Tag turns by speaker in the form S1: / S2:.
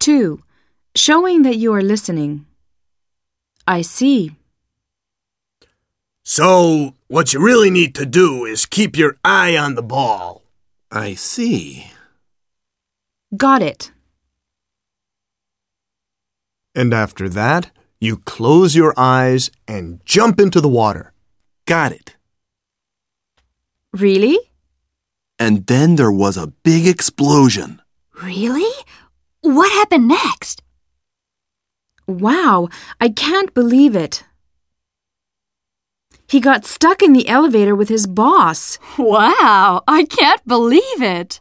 S1: 2. Showing that you are listening. I see.
S2: So, what you really need to do is keep your eye on the ball.
S3: I see.
S1: Got it.
S2: And after that, you close your eyes and jump into the water.
S3: Got it.
S1: Really?
S3: And then there was a big explosion.
S4: Really? What happened next?
S1: Wow, I can't believe it. He got stuck in the elevator with his boss.
S4: Wow, I can't believe it.